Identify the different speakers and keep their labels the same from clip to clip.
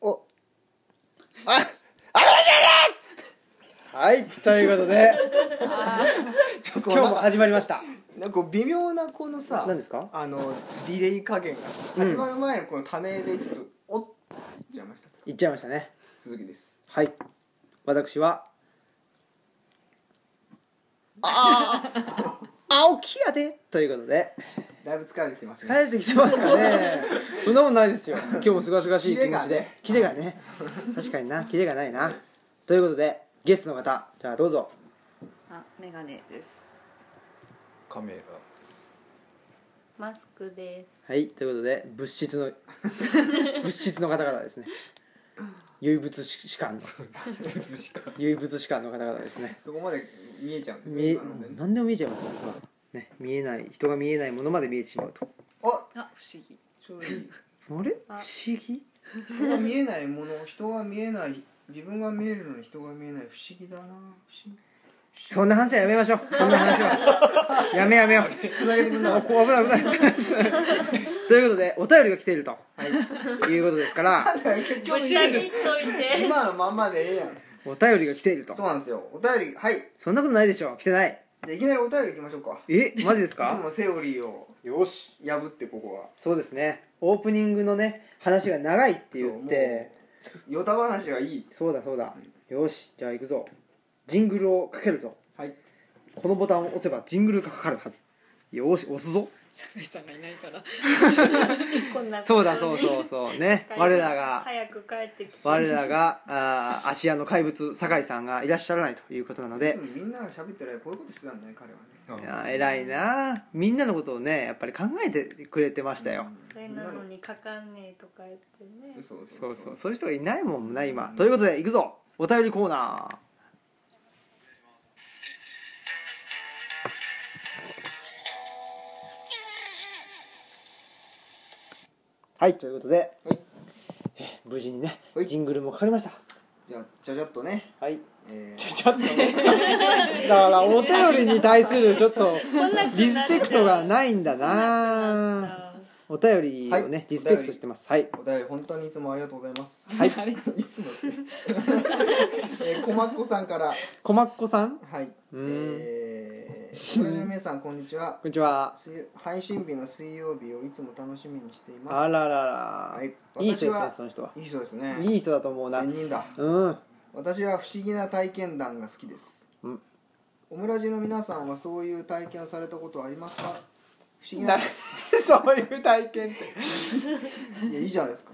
Speaker 1: おああれじ
Speaker 2: いはいということ で
Speaker 1: ゃね
Speaker 2: 今日も始まりました
Speaker 1: なんか微妙なこのさ
Speaker 2: 何ですか
Speaker 1: あのディレイ加減が
Speaker 2: うん
Speaker 1: 始まる前のこのためでちょっとおっちゃいました
Speaker 2: いっちゃいましたね
Speaker 1: 続きです
Speaker 2: はい私は
Speaker 1: ああ
Speaker 2: 青木やでということで
Speaker 1: だいぶ疲れてきますね
Speaker 2: 帰ってきてますか ねそんなもんないですよ今日もすがすがしい気持ちで キレがね確かになキレがないなということでゲストの方じゃあどうぞ
Speaker 3: あ、メガネです。
Speaker 4: カメラ
Speaker 5: マスクです。
Speaker 2: はいということで物質 の物質の方々です ね唯物史 観の
Speaker 4: 一つしか
Speaker 2: 唯物史観の方々ですね
Speaker 1: そこまで見えちゃうん
Speaker 2: 見え
Speaker 1: 今のでね
Speaker 2: 何でも見えちゃいますよね見えない人が見えないものまで見えてしまうと
Speaker 1: お
Speaker 3: あ、不思議。
Speaker 1: ちょうどいい
Speaker 2: あれ不
Speaker 5: あ
Speaker 2: 思議
Speaker 1: 人が見えないもの人が見えない自分が見えるのに人が見えない不思議だな不思議
Speaker 2: そんな話はやめましょうそんな話は やめやめよう
Speaker 1: つなげてくんな
Speaker 2: あこ う危ない危ないということでお便りが来ていると
Speaker 1: はい
Speaker 2: いうことですから
Speaker 1: 結局
Speaker 5: し上げといて。
Speaker 1: 今のまんまでええやん
Speaker 2: お便りが来ていると
Speaker 1: そうなんですよお便りはい
Speaker 2: そんなことないでしょ来てない
Speaker 1: じゃあいきなりお便りいきましょうか
Speaker 2: えマジです
Speaker 1: いつ
Speaker 2: か
Speaker 1: もセオリーを
Speaker 2: よし
Speaker 1: 破ってここは
Speaker 2: そうですねオープニングのね話が長いって言って
Speaker 1: ヨタ話はいい
Speaker 2: そうだそうだよしじゃあ行くぞジングルをかけるぞ
Speaker 1: はい
Speaker 2: このボタンを押せばジングルがかかるはずよーし押すぞ
Speaker 3: メさんがいないから。
Speaker 5: こんな
Speaker 2: そうだそう そうそう ね我らが
Speaker 5: 早く帰ってきて。
Speaker 2: 我らがあー芦屋の怪物酒井さんがいらっしゃらないということなの
Speaker 1: いつ
Speaker 2: で
Speaker 1: もみんなが喋ってる間こういうことしてたんだね彼はね
Speaker 2: いやー偉いなーみんなのことをねやっぱり考えてくれてましたよ、
Speaker 5: それなのにかかんねえとか言ってね。
Speaker 1: そうそ
Speaker 2: そうう
Speaker 1: そ
Speaker 2: そううそういう人がいないもんな今、ということで行くぞお便りコーナーはいということで、
Speaker 1: はい
Speaker 2: えー無事にね
Speaker 1: はい
Speaker 2: ジングルもかかりました
Speaker 1: じゃあちゃちゃっとね
Speaker 2: はい
Speaker 1: えー
Speaker 2: ちょっとだからお便りに対するちょっとリスペクトがないんだなお便りをね、
Speaker 1: はい
Speaker 2: リスペクトしてますはい
Speaker 1: お便り本当にいつもありがとうございます
Speaker 2: はい
Speaker 1: いつもってえーこまっこさんから
Speaker 2: こまっこさんこ
Speaker 1: はい
Speaker 2: うん
Speaker 1: えーご覧の皆さんこんにちは
Speaker 2: んにちは
Speaker 1: 水配信日の水曜日をいつも楽しみにしています
Speaker 2: あららら、
Speaker 1: はい
Speaker 2: い、い人です
Speaker 1: 私
Speaker 2: ね
Speaker 1: は
Speaker 2: その人はい
Speaker 1: い人ですね
Speaker 2: いい人だと思うな
Speaker 1: 善人だ
Speaker 2: うん
Speaker 1: 私は不思議な体験談が好きです、
Speaker 2: うん
Speaker 1: オムラジの皆さんはそういう体験をされたことはありますか不思議な
Speaker 2: なそういう体験って
Speaker 1: いやいいじゃないですか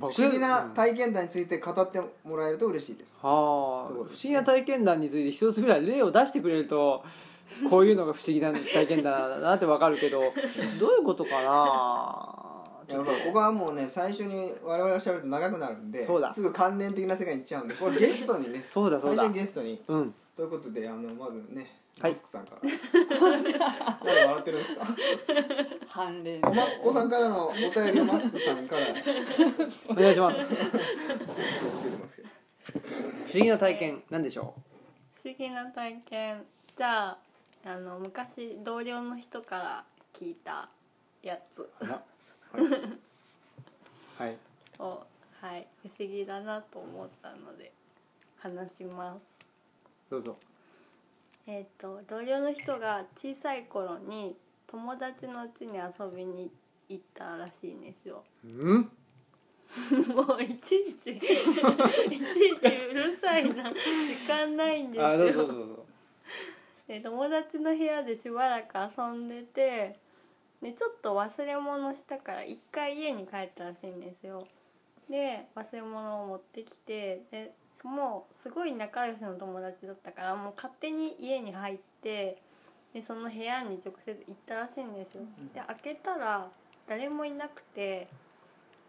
Speaker 2: 不
Speaker 1: 不思議な体験談について語ってもらえると嬉しいです
Speaker 2: はあ、
Speaker 1: というこ
Speaker 2: 不
Speaker 1: と
Speaker 2: 思
Speaker 1: ですね
Speaker 2: 議な体験談について一つぐらい例を出してくれるとこういうのが不思議な体験だなってわかる けどどういうことかな
Speaker 1: やっぱここはもうね最初に我々が喋ると長くなるんで
Speaker 2: そうだ
Speaker 1: すぐ関連的な世界に行っちゃ うんでこれゲストにね
Speaker 2: そうだそうだ
Speaker 1: 最初にゲストに
Speaker 2: うん
Speaker 1: ということであのまずね
Speaker 2: はい
Speaker 1: マスクさんからなんで笑ってるんですか
Speaker 3: 反例。
Speaker 1: おまっこさんからのお便りをマスクさんから受け
Speaker 2: お願いします
Speaker 1: てますけど
Speaker 2: 不思議な体験なんでしょ
Speaker 5: 不思議な体験。じゃああの昔同僚の人から聞いたやつ
Speaker 2: うはい
Speaker 5: をはい不思議だなと思ったので話します。
Speaker 2: どうぞ
Speaker 5: えっと同僚の人が小さい頃に友達の家に遊びに行ったらしいんですよ。
Speaker 2: うん
Speaker 5: もういちいちいちいちうるさいな時間ないんです
Speaker 2: あどうぞどう
Speaker 5: よ
Speaker 2: ぞどうぞ
Speaker 5: で友達の部屋でしばらく遊んでてでちょっと忘れ物したから一回家に帰ったらしいんですよで忘れ物を持ってきてでもうすごい仲良しの友達だったからもう勝手に家に入ってでその部屋に直接行ったらしいんですよで開けたら誰もいなくて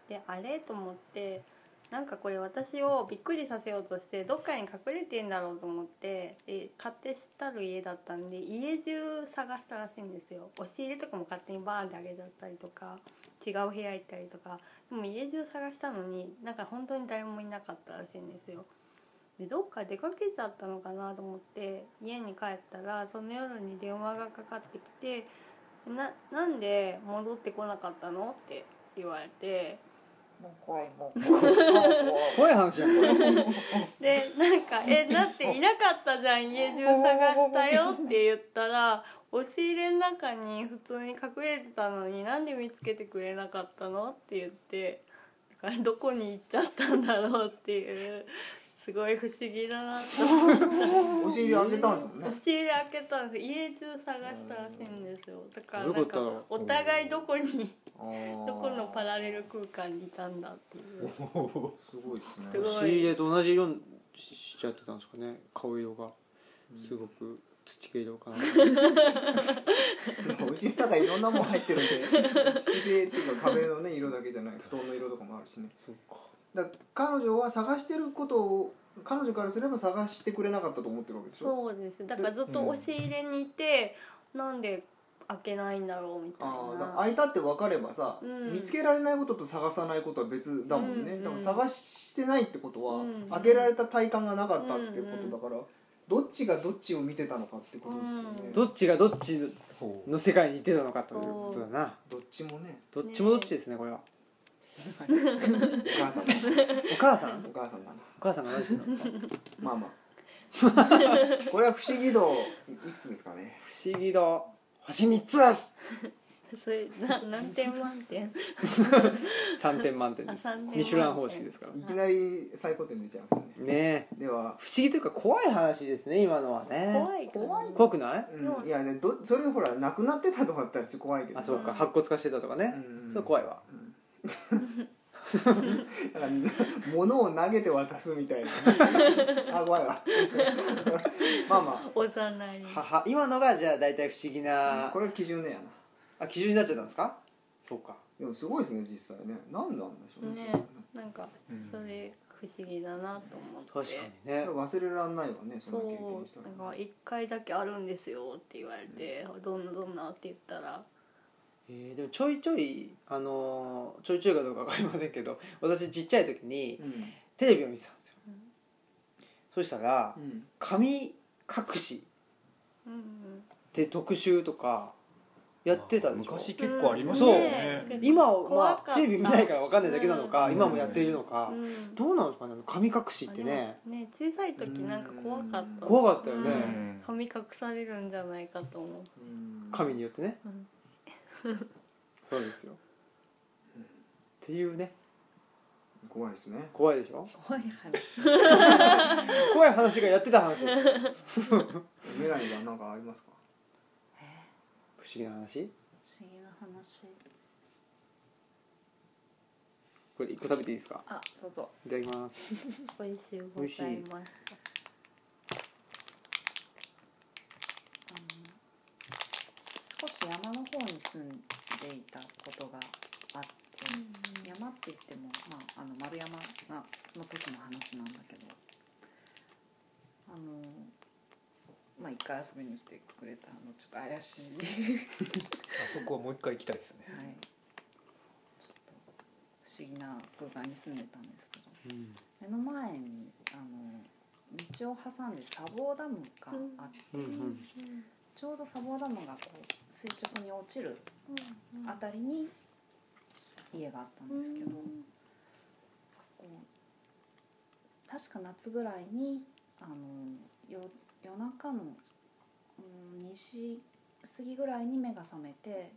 Speaker 5: であれと思ってなんかこれ私をびっくりさせようとしてどっかに隠れてんだろうと思ってで勝手したる家だったんで家中探したらしいんですよ押し入れとかも勝手にバーンってあげちゃったりとか違う部屋行ったりとかでも家中探したのになんか本当に誰もいなかったらしいんですよでどっか出かけちゃったのかなと思って家に帰ったらその夜に電話がかかってきて「ななんで戻ってこなかったの?」って言われて
Speaker 6: もう怖いもう怖いもう怖い
Speaker 2: 怖い話やんこれ
Speaker 5: でなんか「えだっていなかったじゃん家中探したよ」って言ったら押し入れの中に普通に隠れてたのになんで見つけてくれなかったのって言ってだからどこに行っちゃったんだろうっていうすごい不思議だなと
Speaker 1: お尻開けたんですもんね
Speaker 5: 押し入れ開けたんです家中探したらしいんですよだからなんか
Speaker 2: どういうこ
Speaker 5: お互いどこに
Speaker 1: あー
Speaker 5: どこのパラレル空間にいたんだっていう
Speaker 1: すごいですね
Speaker 5: すごい
Speaker 2: 押し入れと同じ色にししちゃってたんですかね顔色がすごく土系色 かな
Speaker 1: お尻の中いろんなもん入ってるんで 土系っていうか壁のね色だけじゃない布団の色とかもあるしね
Speaker 2: そうか
Speaker 1: だから彼女は探してることを彼女からすれば探してくれなかったと思ってるわけでしょ
Speaker 5: そうですだからずっと押し入れにいて、なんで開けないんだろうみたい
Speaker 1: ああだから
Speaker 5: な
Speaker 1: 開いたって分かればさ、
Speaker 5: うん
Speaker 1: 見つけられないことと探さないことは別だもんね、
Speaker 5: うんうん
Speaker 1: だから探してないってことは、
Speaker 5: うん
Speaker 1: 開けられた体感がなかったっていうことだから、どっちがどっちを見てたのかってことですよね、
Speaker 5: うん
Speaker 1: ど
Speaker 2: どっちがどっち
Speaker 4: ほう
Speaker 2: の世界にいてたのかということだな
Speaker 1: っちもね
Speaker 2: どっちもどっちですねこれは
Speaker 1: お母さん
Speaker 2: お母さん
Speaker 1: お母さんだな
Speaker 2: お母さんが何してたの不
Speaker 1: まあまあこれは不思議度いくつですかね
Speaker 2: 思議だ星3つです
Speaker 5: それな何点満 点
Speaker 2: 3点満点です
Speaker 5: あ三点満点
Speaker 2: ミシュラン方式ですから
Speaker 1: いきなり最高点出ちゃいましたね
Speaker 2: ねえ
Speaker 1: では、
Speaker 2: 不思議というか怖い話ですね今のはね
Speaker 5: 怖いからね
Speaker 2: 怖くない
Speaker 1: うん、いやねどそれほらなくなってたとかだったらちょっと怖いけど
Speaker 2: あそうか白骨化してたとかね
Speaker 1: うん
Speaker 2: それ怖いわ
Speaker 1: だから物を投げて渡すみたいなあ怖いわまあま
Speaker 5: おざなり
Speaker 2: はは今のがじゃあ大体不思議
Speaker 1: あ
Speaker 2: な
Speaker 1: これ基準ねやな
Speaker 2: あ基準になっちゃったんですかそうか
Speaker 1: でもすごいですね実際ね何なんでしょうね
Speaker 5: ねなんか
Speaker 4: うん
Speaker 5: それ不思議だなと思って
Speaker 2: 確かに
Speaker 1: そ
Speaker 2: ね
Speaker 1: れ忘れらんないわねそん
Speaker 5: そ
Speaker 1: な経験した
Speaker 5: う
Speaker 1: ら
Speaker 5: なんか一回だけあるんですよって言われて、どんなどんなって言ったら
Speaker 2: えーでもちょいちょいあのーちょいちょいかどうかわかりませんけど私ちっちゃい時に
Speaker 1: うん
Speaker 2: テレビを見てたんですよそしたら
Speaker 1: うん
Speaker 2: 神隠し
Speaker 5: うんうん
Speaker 2: って特集とかやってたでしょ
Speaker 4: 昔結構ありました
Speaker 2: そう
Speaker 4: よね
Speaker 5: ね
Speaker 2: 今は
Speaker 5: 怖
Speaker 2: ま
Speaker 5: か
Speaker 2: あ
Speaker 5: った
Speaker 2: テレビ見ないからわかんないだけなのか、
Speaker 4: うん
Speaker 2: 今もやっているのか、
Speaker 5: うん
Speaker 2: どうなんですかね神隠しってね
Speaker 5: あでもね小さい時なんか怖かった
Speaker 1: うん
Speaker 2: 怖かったよ
Speaker 4: う
Speaker 2: ね、
Speaker 4: ん
Speaker 5: 髪隠されるんじゃないかと思う
Speaker 1: うん
Speaker 2: 神によってね、
Speaker 5: うん
Speaker 2: そうですよ、っていうね
Speaker 1: 怖いですね
Speaker 2: 怖いでしょ
Speaker 3: 怖い話
Speaker 2: 怖い話がやってた話です 不思
Speaker 1: メラニーは何かありますか
Speaker 2: 議な話
Speaker 3: 不思議な話
Speaker 2: これ一個食べていいですか
Speaker 3: あどうぞ
Speaker 2: いただきます
Speaker 5: 美味しゅうございました
Speaker 3: 少し山の方に住んでいたことがあって、山って言っても、まあ、あの丸山がの時の話なんだけどあの、まあ、一回遊びに来てくれたあのちょっと怪 しい、
Speaker 4: あそこはもう一回行きたいですね
Speaker 3: はい、ちょっと不思議な空間に住んでたんですけど
Speaker 2: うん
Speaker 3: 目の前にあの道を挟んで砂防ダムがあって、
Speaker 2: うんうん
Speaker 3: ちょうど砂防ダムがこう垂直に落ちるあたりに家があったんですけど、こう確か夏ぐらいにあのよ夜中の、うん、2時過ぎぐらいに目が覚めて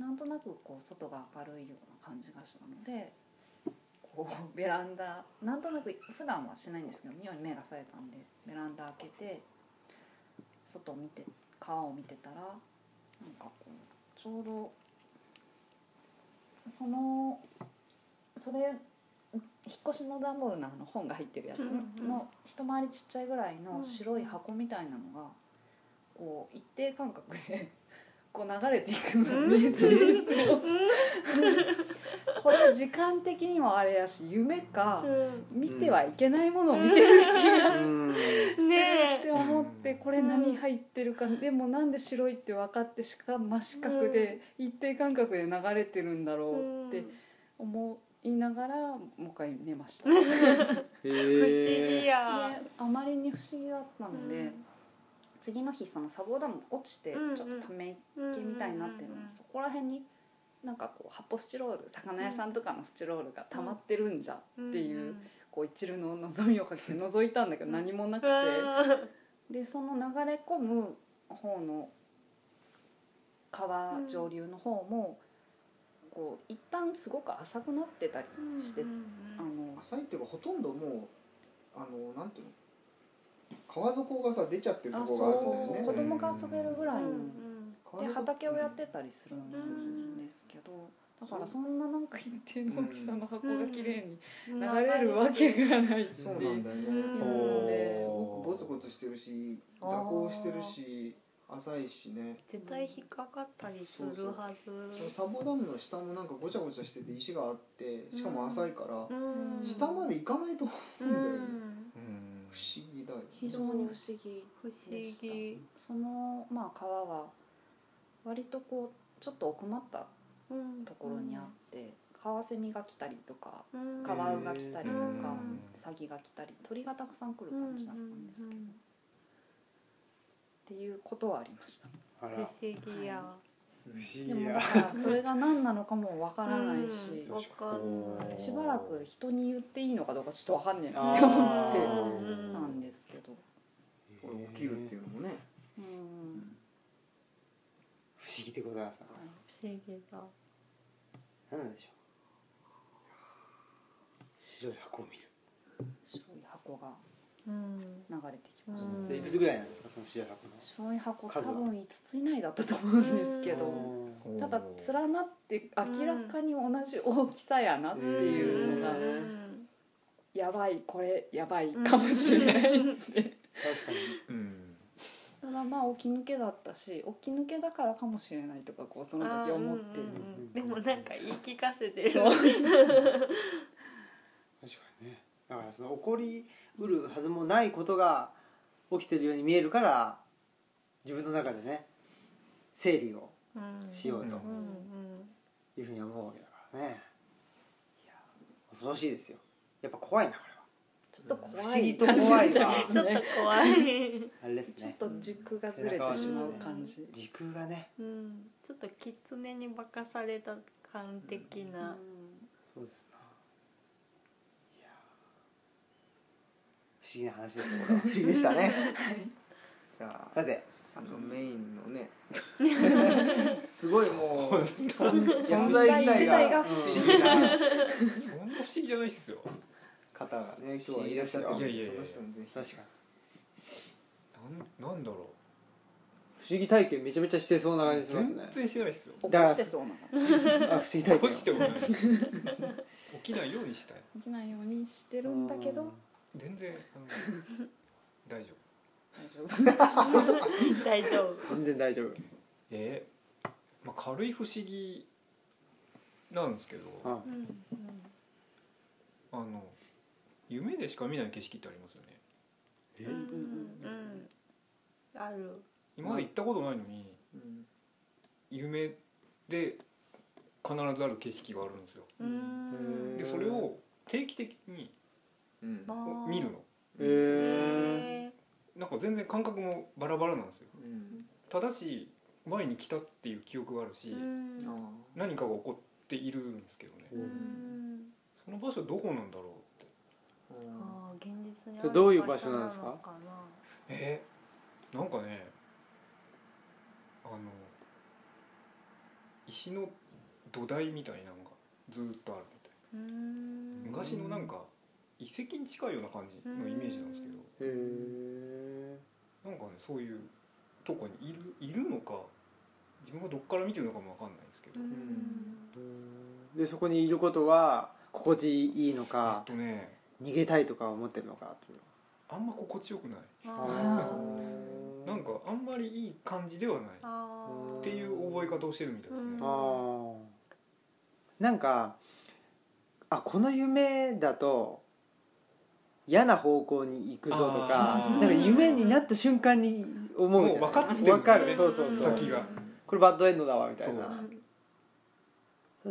Speaker 3: なんとなくこう外が明るいような感じがしたのでこう ベランダなんとなく普段はしないんですけど妙に目が冴えたんでベランダ開けて外を見て川を見てたらなんかこうちょうどそのそれ引っ越しの段ボールのあの本が入ってるやつ
Speaker 5: うんうん
Speaker 3: の一回りちっちゃいぐらいの白い箱みたいなのがこう一定間隔で こう流れていくのが見えてるんですよ。これ時間的にもあれやし夢か見てはいけないものを見てる気が
Speaker 2: うん
Speaker 5: ね
Speaker 3: っ
Speaker 5: え
Speaker 3: て思って
Speaker 4: うん
Speaker 3: これ何入ってるかでもなんで白いって分かってしか真四角で一定間隔で流れてるんだろうって思いながらもう一回寝ました。で
Speaker 2: へ
Speaker 5: 不思議
Speaker 2: え
Speaker 5: や、
Speaker 3: あまりに不思議だったの
Speaker 5: う
Speaker 3: で
Speaker 5: ん
Speaker 3: 次の日その砂防ダム落ちてち
Speaker 5: うんう
Speaker 3: ょ
Speaker 5: ん
Speaker 3: っとため池みたいになってるのそこら辺になんかこう発泡スチロール魚屋さんとかのスチロールが溜まってるんじゃっていう,、こう一縷の望みをかけて覗いたんだけ
Speaker 5: う
Speaker 3: ど
Speaker 5: ん
Speaker 3: 何もなく
Speaker 5: う
Speaker 3: て、
Speaker 5: ん
Speaker 3: でその流れ込む方の川上流の方も、こう一旦すごく浅くなってたりして、あの
Speaker 1: 浅いっていうかほとんどもうあのなんていうの川底がさ出ちゃってると
Speaker 3: あ
Speaker 1: こ
Speaker 3: そう
Speaker 1: ろがあるんだよね
Speaker 3: 子供が遊べるぐらいの、
Speaker 1: 川
Speaker 3: で
Speaker 1: 底
Speaker 3: 畑をやってたりするん
Speaker 5: ん
Speaker 3: ですけど、だからそんななんか一定の大きさの箱が綺麗に
Speaker 5: 流
Speaker 3: 流れるわけがないってい
Speaker 1: そうなんだよね、
Speaker 5: う
Speaker 1: す
Speaker 5: ん
Speaker 4: ほ
Speaker 3: で
Speaker 4: う
Speaker 1: ごくゴツゴツしてるし
Speaker 3: あ
Speaker 1: 蛇
Speaker 3: ー
Speaker 1: 行してるし浅いしね
Speaker 5: 絶対引っかかったりするはず
Speaker 1: そのサボダムの下もなんかごちゃごちゃしてて石があってしかも浅いから、
Speaker 5: うん
Speaker 1: 下まで行かないと
Speaker 5: う
Speaker 1: 思うんだよね、
Speaker 5: ん
Speaker 4: うん
Speaker 1: 不思議だよね
Speaker 3: 非常に不思議
Speaker 5: 不思議
Speaker 3: そのまあ川は割とこうちょっと奥まったところにあって、カワセミが来たりとか
Speaker 5: うん
Speaker 3: カワウが来たりとか、
Speaker 5: うん
Speaker 3: サギが来たり鳥がたくさん来る感じだったんですけ
Speaker 5: う
Speaker 3: ど、
Speaker 5: んうんうん
Speaker 3: っていうことはありました
Speaker 2: あ
Speaker 5: 不思議や
Speaker 3: で
Speaker 2: 不
Speaker 3: もだからそれが何なのかもわからないし、
Speaker 5: わかんない
Speaker 3: しばらく人に言っていいのかどうかちょっとわかんねえなって思
Speaker 2: あ
Speaker 3: って
Speaker 5: ー
Speaker 3: なんですけど、
Speaker 1: これ起きるっていうのもね
Speaker 3: うん、
Speaker 2: 不思議でございます
Speaker 5: 不思議だ
Speaker 2: な何なんでしょう白い箱を見る
Speaker 3: 白い箱が
Speaker 5: うん
Speaker 3: 流れてきまし
Speaker 5: うん
Speaker 2: でいくつぐらいなんですかその白い箱の
Speaker 3: た、白い箱多
Speaker 2: 数は
Speaker 3: 分5つ以内だったと思うんですけど、
Speaker 2: うん
Speaker 4: ほう
Speaker 3: ただ連なって明らかに同じ大きさやなっていうのが、
Speaker 5: うん
Speaker 3: やばいこれやばいかもしれない、
Speaker 2: 確かに
Speaker 4: うん
Speaker 3: ただまあ起き抜けだったし起き抜けだからかもしれないとかこうその時思って
Speaker 5: あーうんう
Speaker 3: る
Speaker 5: んうんでもなんか言い聞かせてる
Speaker 3: そう
Speaker 2: 確かにねだからその起こりうるはずもないことが起きてるように見えるから自分の中でね整理を
Speaker 5: うん
Speaker 2: しようと
Speaker 5: うんうん
Speaker 2: いうふうに思うわけだからねいや恐ろしいですよやっぱ怖いなこ
Speaker 3: ちょっと
Speaker 2: れは
Speaker 3: 怖
Speaker 2: 不思議
Speaker 3: い
Speaker 2: と
Speaker 3: 感じに
Speaker 2: 怖
Speaker 3: ないっちゃい
Speaker 2: が
Speaker 5: ち
Speaker 3: ます
Speaker 5: ょっと
Speaker 3: ね
Speaker 5: 怖い
Speaker 2: あれです
Speaker 3: ちょっ
Speaker 2: ね
Speaker 3: と軸がずれてしまう感じ、
Speaker 2: 時空がね
Speaker 5: うんちょっと狐に化かされた感的
Speaker 3: うん
Speaker 5: な
Speaker 2: そうですないや不思議な話ですこれ は
Speaker 1: 不思議でしたねじゃあ
Speaker 2: さて
Speaker 1: あのメインのねすごいもう存
Speaker 3: 存在
Speaker 1: 在自
Speaker 3: 自体
Speaker 1: 体
Speaker 3: が
Speaker 1: が
Speaker 3: 不思議
Speaker 1: 不思議な
Speaker 4: そんな不思議じゃないっすよ
Speaker 1: 方がね今日はいらっしゃったの
Speaker 4: いや
Speaker 1: で
Speaker 4: いや
Speaker 1: そ
Speaker 4: い
Speaker 1: の
Speaker 4: や
Speaker 1: 人にぜひ
Speaker 2: 確かに
Speaker 4: なんなんだろ
Speaker 2: 不思議体験めちゃめちゃしてそうな
Speaker 4: う
Speaker 2: 感じします
Speaker 4: 全
Speaker 2: ね
Speaker 4: 然してないっすよ
Speaker 3: 起こしてそうな感じ
Speaker 2: あ不思議体験
Speaker 4: 起こしてもないし起きないようにしたい
Speaker 3: 起きないようにしてるんだけど
Speaker 4: 全然あの大丈夫
Speaker 3: 大丈夫
Speaker 5: 大丈夫
Speaker 2: 全然大丈夫
Speaker 4: えーまあ、軽い不思議なんですけど
Speaker 2: うん
Speaker 5: うん
Speaker 4: あの夢でしか見ない景色ってありますよね
Speaker 5: うんうんある
Speaker 4: 今まで行ったことないのに
Speaker 1: うん
Speaker 4: 夢で必ずある景色があるんですよ
Speaker 5: うん
Speaker 4: でそれを定期的に
Speaker 1: うん
Speaker 4: 見るの
Speaker 2: へえ
Speaker 5: へ
Speaker 4: なんか全然感覚もバラバラなんですよ
Speaker 1: うん
Speaker 4: ただし前に来たっていう記憶があるし、
Speaker 5: ーうん
Speaker 1: あ
Speaker 4: 何かが起こっているんですけどね
Speaker 5: うん
Speaker 4: その場所どこなんだろうって
Speaker 1: ー
Speaker 5: あー現実にあ
Speaker 2: それ
Speaker 5: る
Speaker 2: どういう場所なんですか
Speaker 5: 場所なのな
Speaker 4: えーなんかねあの石の土台みたいなのがずーっとあるみたいう
Speaker 5: ー
Speaker 4: なん昔のなんか遺跡に近いような感じのイメージなんですけど
Speaker 2: へえ
Speaker 4: なんかねそういうとこにいるいるのか自分がどっから見てるのかもわかんないですけど、
Speaker 5: うん
Speaker 2: でそこにいることは心地いいの
Speaker 4: え
Speaker 2: か
Speaker 4: っとね
Speaker 2: 逃げたいとか思ってるのかという
Speaker 4: あんま心地よくない
Speaker 5: あ
Speaker 1: ー
Speaker 4: なんかあんまりいい感じではない
Speaker 5: ーあー
Speaker 4: っていう覚え方をしてるみたいですね
Speaker 2: あ、ーなんかあこの夢だと嫌な方向に行くぞとか
Speaker 4: あー
Speaker 2: なんか夢になった瞬間に思うじゃない
Speaker 4: もう分かってるんですよ
Speaker 2: 分
Speaker 4: ね
Speaker 2: かるそうそうそう
Speaker 4: 先が
Speaker 2: これバッドエンドだわみたいな
Speaker 4: そう
Speaker 2: そ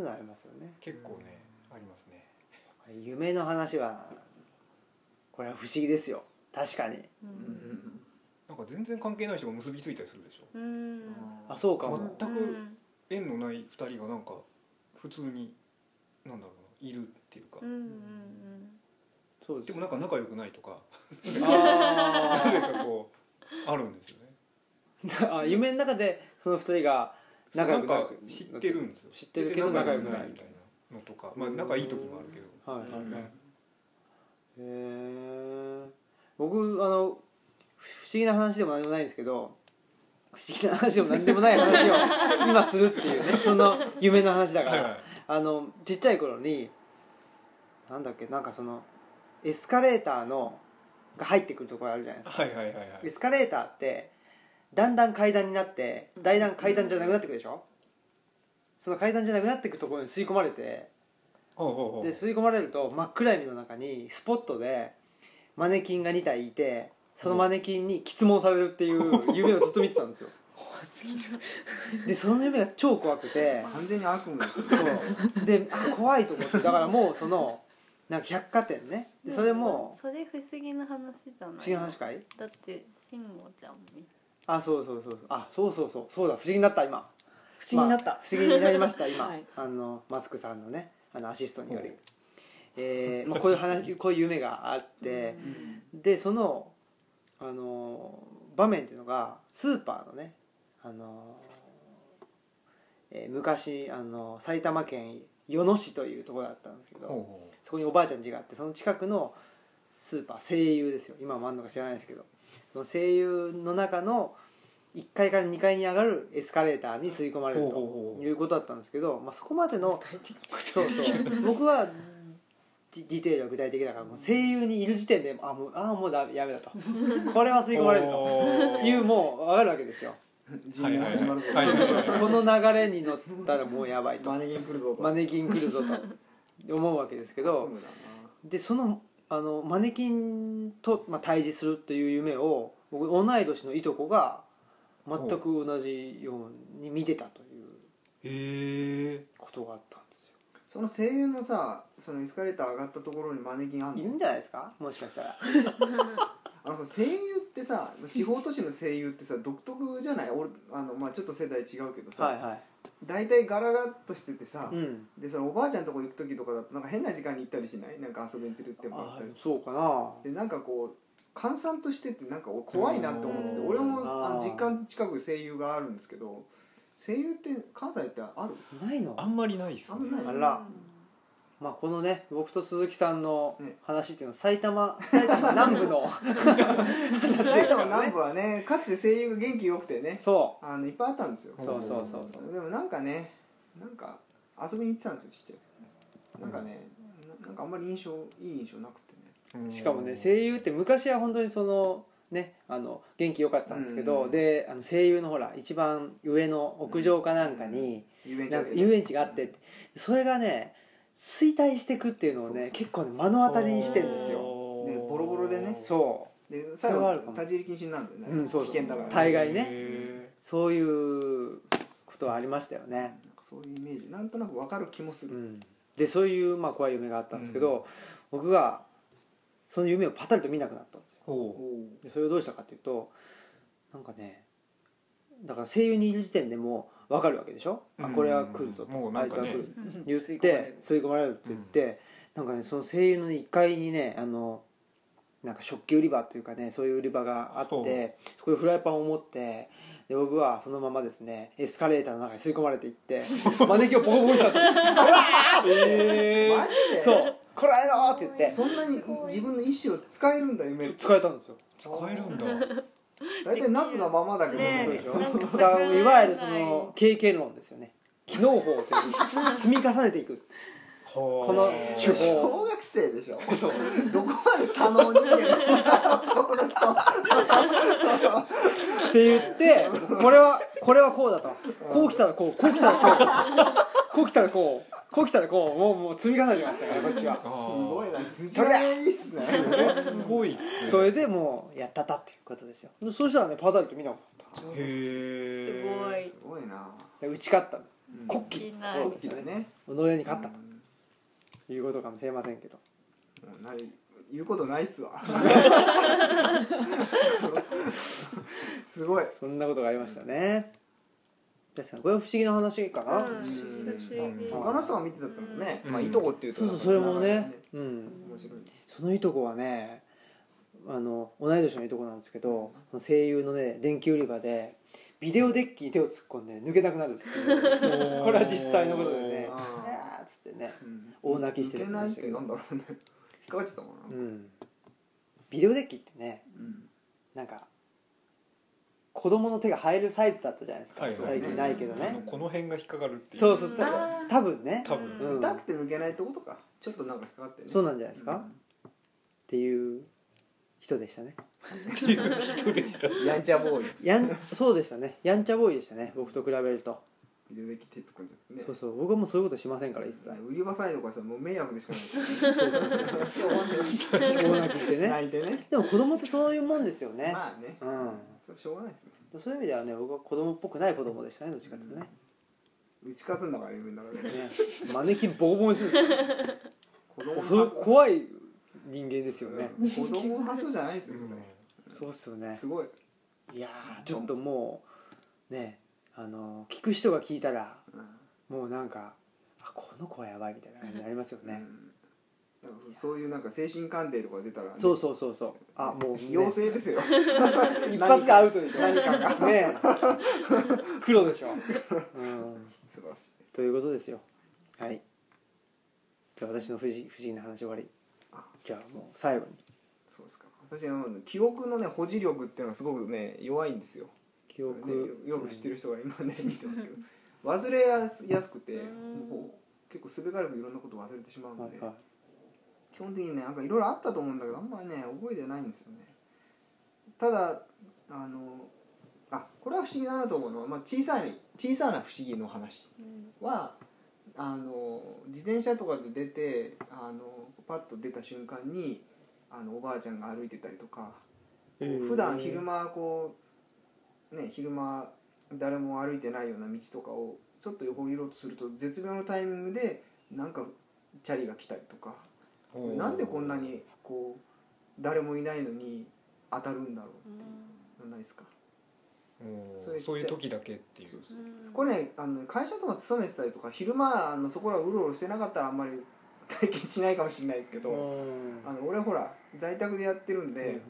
Speaker 2: ういうのありますよね
Speaker 4: 結構ねありますね
Speaker 2: 夢の話はこれは不思議ですよ確かに
Speaker 5: う
Speaker 1: うんん
Speaker 4: なんか全然関係ない人が結びついたりするでしょ
Speaker 5: うん
Speaker 2: あそうか
Speaker 4: 全
Speaker 2: も
Speaker 4: く縁のない2人がなんか普通になんだろうないるっていうか、
Speaker 5: うんうん
Speaker 2: そうです
Speaker 4: でもなんか仲良くないと か
Speaker 2: あ
Speaker 4: なんかこうあるんですよね
Speaker 2: ーあ夢の中でその二人が仲良くな
Speaker 4: なん
Speaker 2: い
Speaker 4: か知ってるんですよ
Speaker 2: 知ってるけど仲良く
Speaker 4: 知ってて
Speaker 2: ない
Speaker 4: みたいなのとかまあ仲いい時もあるけど
Speaker 2: はいはい
Speaker 4: うん
Speaker 2: はいへえ僕あの不思議な話でも何でもないんですけど不思議な話でも何でもない話を 今するっていうねその夢の話だから、
Speaker 4: はいはい
Speaker 2: あのちっちゃい頃になんだっけなんかそのエスカレーターのが入ってくるところあるじゃないですか、
Speaker 4: はいはいはいはい
Speaker 2: エスカレーターってだんだん階段になってだんだん階段じゃなくなってくるでしょその階段じゃなくなってくところに吸い込まれて
Speaker 4: ほうほうほう
Speaker 2: で吸い込まれると真っ暗闇の中にスポットでマネキンが2体いてそのマネキンに質問されるっていう夢をずっと見てたんです よでその夢が超怖くて
Speaker 1: 完全に悪夢ですよ
Speaker 2: そうであ怖いと思ってだからもうそのなんか百貨店ね
Speaker 5: う
Speaker 2: で
Speaker 5: ん
Speaker 2: それも
Speaker 5: それ不思議な話じゃな
Speaker 2: 不
Speaker 5: い
Speaker 2: 思議な話かい
Speaker 5: だって慎吾ちゃんも見
Speaker 2: あそうそうそうそうあそうそうそうそうだ不思議になった今
Speaker 3: 不思議になった、
Speaker 2: まあ不思議になりました今、
Speaker 3: はい
Speaker 2: あのマスクさんのねあのアシストにより
Speaker 4: ほう、
Speaker 2: えーまあ、こういう話こういう夢があって
Speaker 3: う、
Speaker 1: うん
Speaker 2: でその、あのー場面っていうのがスーパーのね、あのーえー昔、あのー埼玉県与野市というところだったんですけど、
Speaker 4: ほうほう
Speaker 2: そこにおばあちゃん家があってその近くのスーパー声優ですよ今もあんのか知らないですけどその声優の中の1階から2階に上がるエスカレーターに吸い込まれる
Speaker 4: ほうほうほ
Speaker 2: と
Speaker 4: う
Speaker 2: いうことだったんですけど、まあ、そこまでのそうそう僕はディディテールは具体的だからもう声優にいる時点であもうあもうだやめだとこれは吸い込まれると
Speaker 4: ほう
Speaker 2: いうもう分かるわけですよ
Speaker 1: 人命始まるぞ
Speaker 4: はいはいはいはい
Speaker 2: この流れに乗ったらもうやばいと
Speaker 1: マネキン来るぞと
Speaker 2: マネキン来るぞと思うわけですけど
Speaker 1: 悪夢だ
Speaker 2: でそのあのマネキンと、まあ、対峙するという夢を僕同い年のいとこが全く同じように見てたという
Speaker 4: へえ
Speaker 2: ことがあったんですよ
Speaker 1: なその声優のさそのエスカレーター上がったところにマネキンあん
Speaker 2: い
Speaker 1: の
Speaker 2: るんじゃないですかもしかしたら
Speaker 1: あのさ声優ってさ地方都市の声優ってさ独特じゃない俺あの、まあ、ちょっと世代違うけどさ、
Speaker 2: はいは
Speaker 1: 大体ガラガラっとしててさ、
Speaker 2: いうん
Speaker 1: でそのおばあちゃんとこ行く時とかだとなんか変な時間に行ったりしないなんか遊びに連れてってもらっ
Speaker 2: あ
Speaker 1: たり
Speaker 2: そうかな
Speaker 1: でなんかこう閑散としててなんか俺怖いなって思ってて
Speaker 5: うん
Speaker 1: 俺もあ
Speaker 2: あ
Speaker 1: の
Speaker 2: ー
Speaker 1: 実家の近く声優があるんですけど声優って関西ってあ る
Speaker 2: ないの
Speaker 4: あんまりないっす
Speaker 1: あん
Speaker 4: ね
Speaker 1: まない
Speaker 2: あらまあこのね僕と鈴木さんの
Speaker 1: ね
Speaker 2: 話っていうのは埼玉埼玉南 部の話です
Speaker 1: 埼
Speaker 2: か
Speaker 1: 玉
Speaker 2: ら
Speaker 1: 南
Speaker 2: ね
Speaker 1: 部はねかつて声優が元気よくてね
Speaker 2: そ
Speaker 1: あのいっぱいあったんですよ
Speaker 2: うそうそうそうそう
Speaker 1: でもなんかねなんか遊びに行ってたんですよちっちゃい時なんかねななんかあんまり印象いい印象なくてね
Speaker 4: うん
Speaker 2: しかもね声優って昔は本当にそのねあの元気良かったんですけど、
Speaker 1: うん
Speaker 2: であの声優のほら一番上の屋上かなんかに、
Speaker 1: 遊園地
Speaker 2: なん
Speaker 1: あ
Speaker 2: か
Speaker 1: て
Speaker 2: 遊園地があってそれがね衰退していくっていうのを
Speaker 1: そうそうそ
Speaker 2: ね
Speaker 1: う
Speaker 2: 結構ね目の当たりにしてんですよ
Speaker 4: ほう
Speaker 1: でボロボロでね
Speaker 2: そ
Speaker 1: で最
Speaker 2: それ
Speaker 1: 後
Speaker 2: はあるかも
Speaker 1: 立ち入り禁止になるんだよね、
Speaker 2: うんそうそう
Speaker 1: 危険だから、ね、
Speaker 2: 大概ね
Speaker 4: へ
Speaker 2: うそういうことはありましたよね、
Speaker 1: なんかそういうイメージなんとなく分かる気もす
Speaker 2: う
Speaker 1: る、
Speaker 2: ん、でそういうまあ怖い夢があったんですけど、僕がその夢をパタリと見なくなったんですよ
Speaker 4: ーほ
Speaker 1: おう
Speaker 2: でそれをどうしたかっていうとなんかねだから声優にいる時点でもう分かるわけでしょ、
Speaker 4: う
Speaker 2: あ
Speaker 4: ん
Speaker 2: これは来るぞと、
Speaker 4: もう
Speaker 2: あ
Speaker 4: ないん
Speaker 2: つ
Speaker 4: か
Speaker 2: は
Speaker 4: ね
Speaker 2: 来る
Speaker 3: うん
Speaker 2: 言って吸い込まれるって言って、なんかねその声優の、ね、1階にねあのなんか食器売り場というかねそういう売り場があっ
Speaker 4: ほう
Speaker 2: てそこでフライパンを持ってで僕はそのままですねエスカレーターの中に吸い込まれていって マネキンをボコボコにしたんですよ
Speaker 4: うえ
Speaker 1: マジで
Speaker 2: そう「こらえろ!」って言って
Speaker 1: そんなにい自分の意思を使えるんだ夢
Speaker 2: 使えたんですよ
Speaker 4: 使えるんだ
Speaker 1: 大体なすがままだけど
Speaker 5: ね
Speaker 1: そうでしょ、
Speaker 5: なんか
Speaker 2: だからいわゆるその経験論ですよね機能法っていう積み重ねていく
Speaker 4: こ
Speaker 2: この手
Speaker 1: 小
Speaker 2: 法
Speaker 1: 小学生でしょ
Speaker 4: そう
Speaker 1: どこまで左脳人間この人
Speaker 2: って言 ってこれはこれはこうだとこう来たらこうこう来たらこうこう来たらこうこう来たらこうもうもう積み重ねてましたからこっちは
Speaker 1: す
Speaker 4: す
Speaker 1: ごいな筋金入りいいっすね
Speaker 4: すごいっすね
Speaker 2: それでもうやったったっていうことですよそしたらねパタリと見なかった
Speaker 4: へー
Speaker 5: す
Speaker 1: すごいな
Speaker 2: で打ち勝ったの
Speaker 1: 国
Speaker 5: ごい
Speaker 2: 国
Speaker 5: いない
Speaker 2: 旗
Speaker 1: 旗だね
Speaker 2: 己に勝った
Speaker 1: うん
Speaker 2: ということかもしれませんけど
Speaker 1: もうない言うことないっすわすごい
Speaker 2: そんなことがありましたね確かにこれは不思議な話かな、
Speaker 5: うん不思議だし
Speaker 1: 他の人が見てたってもね、
Speaker 4: うん
Speaker 1: まあいとこっていうと
Speaker 2: そうそうそれも
Speaker 1: なんか
Speaker 2: ね
Speaker 1: ね、
Speaker 2: うん、
Speaker 1: 面白い
Speaker 2: そのいとこはねあの同い年のいとこなんですけどその声優のね電気売り場でビデオデッキに手を突っ込んで抜けなくなるっていう これは実際のことでね
Speaker 1: あー
Speaker 2: 「あーっつってね
Speaker 1: うん
Speaker 2: 大泣きして
Speaker 1: 抜
Speaker 2: る
Speaker 1: けないってなんだろうね引っかかっちゃったもん
Speaker 2: う
Speaker 1: な、
Speaker 2: んビデオデッキってね
Speaker 1: うん
Speaker 2: なんか子供の手が入るサイズだったじゃないですか、
Speaker 4: はい
Speaker 2: 最近ないけどね、
Speaker 4: あのこの辺が引っかかるっていう
Speaker 2: そうそう
Speaker 5: うん
Speaker 2: 多分多分ね
Speaker 4: 多分、
Speaker 2: うん
Speaker 1: 痛くて抜けないってことかちょっとなんか引っかかってるね
Speaker 2: そうなんじゃないですか、っていう人でしたね
Speaker 4: っていう人でした
Speaker 1: やんちゃボーイ
Speaker 2: やんそうでしたねやんちゃボーイでしたね僕と比べると
Speaker 1: ビデオデッキ手突っ込んじゃってね
Speaker 2: そうそう僕はもうそういうことしませんから一切
Speaker 1: 売り場サイドからしたらもう迷惑でしかない
Speaker 2: 大泣きしてね
Speaker 1: 泣いてね
Speaker 2: でも子供ってそういうもんですよね、
Speaker 1: まあね
Speaker 2: う
Speaker 1: それしょうがないですね
Speaker 2: んそういう意味ではね僕は子供っぽくない子供でしたねどっちかっていうとね,、
Speaker 1: 打ち勝つんだから夢の中 で
Speaker 2: ねマネキンボコボコにするんですよ
Speaker 1: 子供の
Speaker 2: それ
Speaker 1: 発想
Speaker 2: 怖い人間ですよね、
Speaker 1: うん子供の発想じゃないですよそれ
Speaker 2: そうっすよね
Speaker 1: すごい
Speaker 2: いやーちょっともうねあのー聞く人が聞いたら
Speaker 1: うん
Speaker 2: もうなんかあこの子はやばいみたいな感じになりますよね、
Speaker 1: うんなんかそそういうなんか精神鑑定とか出たらね、
Speaker 2: そうそうそうそうあもう、ね、
Speaker 1: 妖精 ですよ
Speaker 2: 一発でアウトでしょ
Speaker 1: 何かが
Speaker 2: ね え黒でしょ、うん、
Speaker 1: 素晴らしい
Speaker 2: ということですよはいじゃあ私の不思議不思議な話終わり
Speaker 1: あ
Speaker 2: じゃあもう最後に
Speaker 1: そうですか私はあの記憶のね保持力っていうのはすごくね弱いんですよ
Speaker 2: 記
Speaker 1: よ
Speaker 2: 憶、
Speaker 1: くよく知ってる人が今ね見てますけど忘れやすやすくて
Speaker 5: うん
Speaker 1: もう結構すべからくいろんなこと忘れてしまう
Speaker 2: は
Speaker 1: ので、
Speaker 2: いはい
Speaker 1: 基本的にねなんかいろいろあったと思うんだけどあんまりね覚えてないんですよねただあのあこれは不思議だなと思うのは、まあ、小さい小さな不思議の話はあの自転車とかで出てあのパッと出た瞬間にあのおばあちゃんが歩いてたりとか普段昼間こうね昼間誰も歩いてないような道とかをちょっと横切ろうとすると絶妙のタイミングでなんかチャリが来たりとかなんでこんなにこう誰もいないのに当たるんだろうっていうのないですか
Speaker 4: そうそういう時だけっていう
Speaker 1: これねあの会社とか勤めてたりとか昼間あのそこらうろうろしてなかったらあんまり 体験しないかもしれないですけど、
Speaker 2: うん
Speaker 1: あの俺ほら在宅でやってるんで、
Speaker 2: うん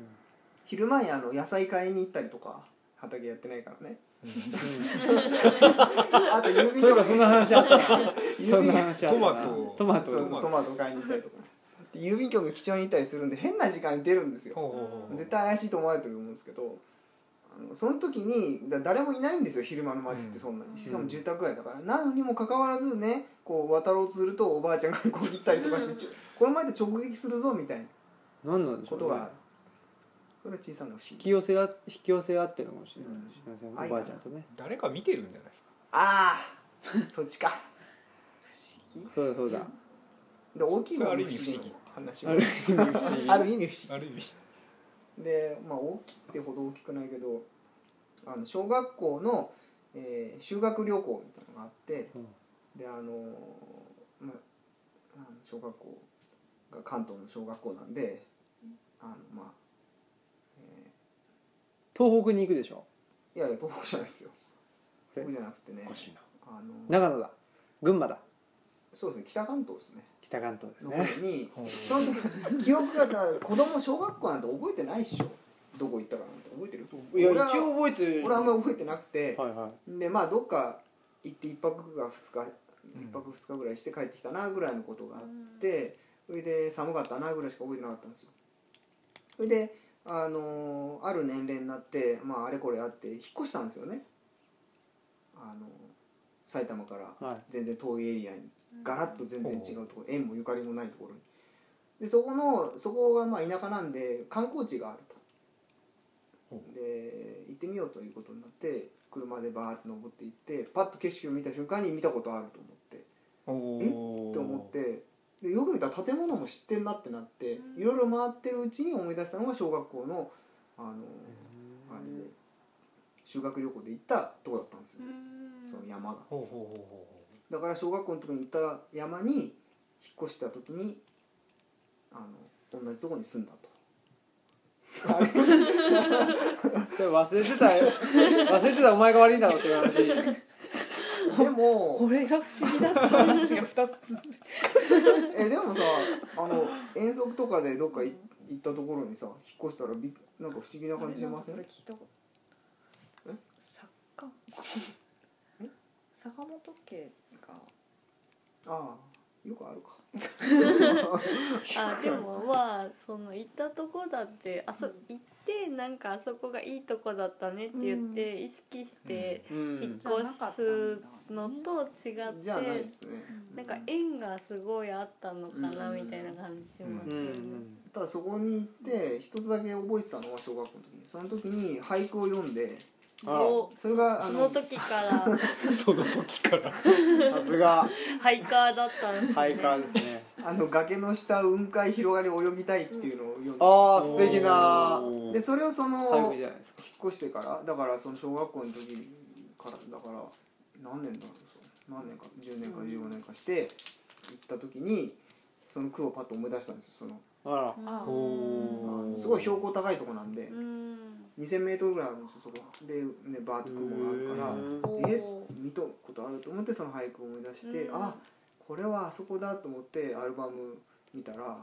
Speaker 1: 昼間にあの野菜買いに行ったりとか畑やってないから ねあと郵便
Speaker 2: そういえ
Speaker 1: と
Speaker 2: ば
Speaker 1: か
Speaker 2: そんな話あったな
Speaker 1: 郵
Speaker 2: そんな
Speaker 1: 便
Speaker 2: 話あったな
Speaker 4: トマト
Speaker 2: トマト
Speaker 1: そうそうトマト買いに行ったりとかで郵便局に貴重に行ったりするんで変な時間に出るんですよ絶対怪しいと思われてると思うんですけどあのその時にだ誰もいないんですよ昼間の街ってそんなに、
Speaker 5: うん
Speaker 1: しかも住宅街だから、なのにもかかわらずねこう渡ろうとするとおばあちゃんがこう行ったりとかしてちょこの前で直撃するぞみたいな
Speaker 2: 何なんでしょ
Speaker 1: こ
Speaker 2: う
Speaker 1: と
Speaker 2: ね
Speaker 1: があるそれは小さな不思
Speaker 2: 引き
Speaker 1: 議
Speaker 2: 寄せあ引き寄せあってるかもしれない
Speaker 1: うん
Speaker 2: しませんお
Speaker 1: 愛かな
Speaker 2: ばあちゃんとね
Speaker 4: 誰か見てるんじゃないですか
Speaker 1: ああそっちか
Speaker 2: そうだそうだ
Speaker 1: で大きいのが
Speaker 4: それある意味不思議
Speaker 1: の話
Speaker 2: ある意味不思議
Speaker 1: ある意味不思
Speaker 4: ある意味
Speaker 1: 議でまあ大きいってほど大きくないけどあの小学校の、えー修学旅行みたいなのがあって
Speaker 2: うん
Speaker 1: であのー、まああの小学校が関東の小学校なんであのまあ、え
Speaker 2: 東北に行くでしょ
Speaker 1: ーいやいや東北じゃないですよ東
Speaker 2: え
Speaker 1: 北じゃなくてね
Speaker 4: おかしいな
Speaker 1: あの
Speaker 2: 長野だ群馬だ
Speaker 1: そうですね北関東ですね
Speaker 2: 北関東です
Speaker 1: の
Speaker 2: ね
Speaker 1: 方に
Speaker 4: ほう
Speaker 1: その時記憶がだから子供小学校なんて覚えてないっしょどこ行ったかなんて覚えてる俺は
Speaker 2: 覚えてる
Speaker 1: 俺はあんまり覚えてなくて
Speaker 2: はいはい
Speaker 1: でまあどっか行って1泊か2日
Speaker 4: うん
Speaker 1: 一泊2日ぐらいして帰ってきたなぐらいのことがあってそれで寒かったなぐらいしか覚えてなかったんですよそれであのーある年齢になってまああれこれあって引っ越したんですよねあのー埼玉から
Speaker 2: はい
Speaker 1: 全然遠いエリアにガラッと全然違うところ縁もゆかりもないところにでそこのそこがまあ田舎なんで観光地があると
Speaker 4: ほ
Speaker 1: で行ってみようということになって車でバーって登って行ってパッと景色を見た瞬間に見たことあると思って
Speaker 4: お
Speaker 1: と思ってでよく見たら建物も知ってんなってなっていろいろ回ってるうちに思い出したのが小学校のあのあれで修学旅行で行ったとこだったんですよその山が。
Speaker 4: ほうほうほ
Speaker 1: だから小学校の時に行った山に引っ越した時にあの同じとこに住んだと
Speaker 2: それ忘れてたよ忘れてたお前が悪いんだろうっていう話
Speaker 1: でも
Speaker 3: これが不思議だった話が2つ
Speaker 1: えでもさあの遠足とかでどっかい行ったところにさ引っ越したらびなんか不思議な感じしませ
Speaker 3: あ
Speaker 1: ん
Speaker 3: れなんかそれ聞いたこ
Speaker 1: え
Speaker 3: と坂
Speaker 1: え
Speaker 3: 坂本家が
Speaker 1: ああよくあるか
Speaker 5: あでもまあその行ったとこだってあそ
Speaker 3: うん
Speaker 5: 行ってなんかあそこがいいとこだったねって言って意識して
Speaker 2: う
Speaker 5: 引
Speaker 2: ん
Speaker 5: っ越すのと違
Speaker 1: じゃあない
Speaker 5: っ
Speaker 1: で
Speaker 5: て
Speaker 1: すね
Speaker 5: なんか縁がすごいあったのかな
Speaker 1: うん
Speaker 5: みたいな感じします
Speaker 2: う
Speaker 5: よね。
Speaker 2: ん
Speaker 1: ただそこに行って一つだけ覚えてたのは小学校の時にその時に俳句を読んで
Speaker 2: あ
Speaker 5: お
Speaker 1: それがあ
Speaker 5: そ
Speaker 1: の
Speaker 5: の時から
Speaker 4: その時から
Speaker 2: さすが
Speaker 5: ハイカーだったんですね
Speaker 2: ハイカーですね
Speaker 1: あの崖の下雲海広がり泳ぎたいっていうのを読んで、
Speaker 2: ああ素敵な
Speaker 1: でそれをそ
Speaker 2: 俳
Speaker 1: の
Speaker 2: 句じ
Speaker 1: 引っ
Speaker 2: ゃないですか
Speaker 1: 越してからだからその小学校の時からだから何年だろうそう何年か10年か15年かして行った時にその句をパッと思い出したんですよその
Speaker 2: あら
Speaker 3: あ
Speaker 1: あ
Speaker 4: お
Speaker 1: のすごい標高高いとこなんで
Speaker 5: うん
Speaker 1: 2000メートルぐらいあるんですよそこで、ね、バーって雲があるから。
Speaker 5: お
Speaker 1: え
Speaker 5: ー
Speaker 1: 見たことあると思ってその俳句を思い出して、
Speaker 5: うん
Speaker 1: あこれはあそこだと思ってアルバム見たら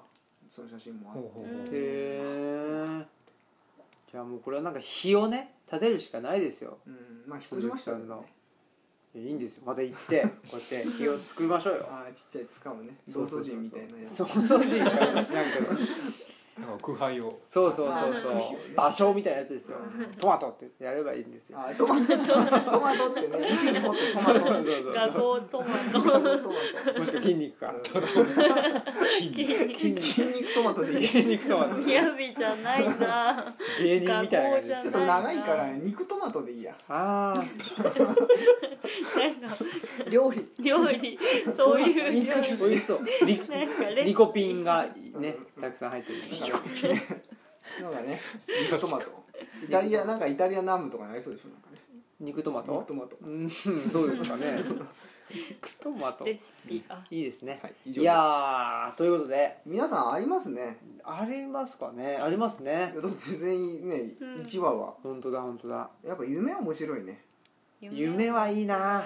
Speaker 1: その写真もあって
Speaker 4: ほうほう
Speaker 5: うん
Speaker 4: ほ
Speaker 2: へえじゃあもうこれはなんか日をね立てるしかないですよ
Speaker 1: うん、まあ引っ越しましたけどね
Speaker 2: いやいいんですよまた行ってこうやって日を作りましょうよ
Speaker 1: あーちっちゃい塚もね
Speaker 2: そ
Speaker 1: 同
Speaker 2: うそ
Speaker 1: 窓
Speaker 2: うそうそう
Speaker 1: 人みたいなやつ
Speaker 2: そうそう人かもしらんけど
Speaker 4: うなんか空杯を
Speaker 2: そうそうそうそう場所みたいなやつですよ
Speaker 1: うん
Speaker 2: トマトってやればいいんですよ
Speaker 1: あートマトトマトってね石に掘ってトマトトマト
Speaker 5: ガゴートマト
Speaker 1: トマト
Speaker 2: もしくは筋肉か
Speaker 4: 筋肉
Speaker 2: 筋 肉
Speaker 1: 筋肉トマトでいい
Speaker 2: 筋肉トマト
Speaker 5: みやびじゃないな
Speaker 2: 芸人みたいな感じで
Speaker 1: ちょ
Speaker 2: す
Speaker 1: っと長いからね肉トマトでいいや
Speaker 2: あ
Speaker 5: なんか
Speaker 3: 料理
Speaker 5: 料理そういう料
Speaker 2: あ美味しそうリ
Speaker 5: 理なんかレ
Speaker 2: リコピンがねたくさん入ってる
Speaker 1: なんかねなんかね肉トマトイタリアなんかイタリア南部とかにありそうでしょなんかね
Speaker 2: 肉トマ
Speaker 1: 肉
Speaker 2: ト
Speaker 1: トマト
Speaker 2: うんそうですかね肉トマト
Speaker 5: レシピが
Speaker 2: いいですね
Speaker 1: はい以上です
Speaker 2: いやーということで
Speaker 1: 皆さんありますね
Speaker 2: ありますかねありますね
Speaker 1: だって全員ね
Speaker 5: うん
Speaker 1: 1話は
Speaker 2: 本当だ本当だ
Speaker 1: やっぱ夢面白いね
Speaker 2: 夢はいいな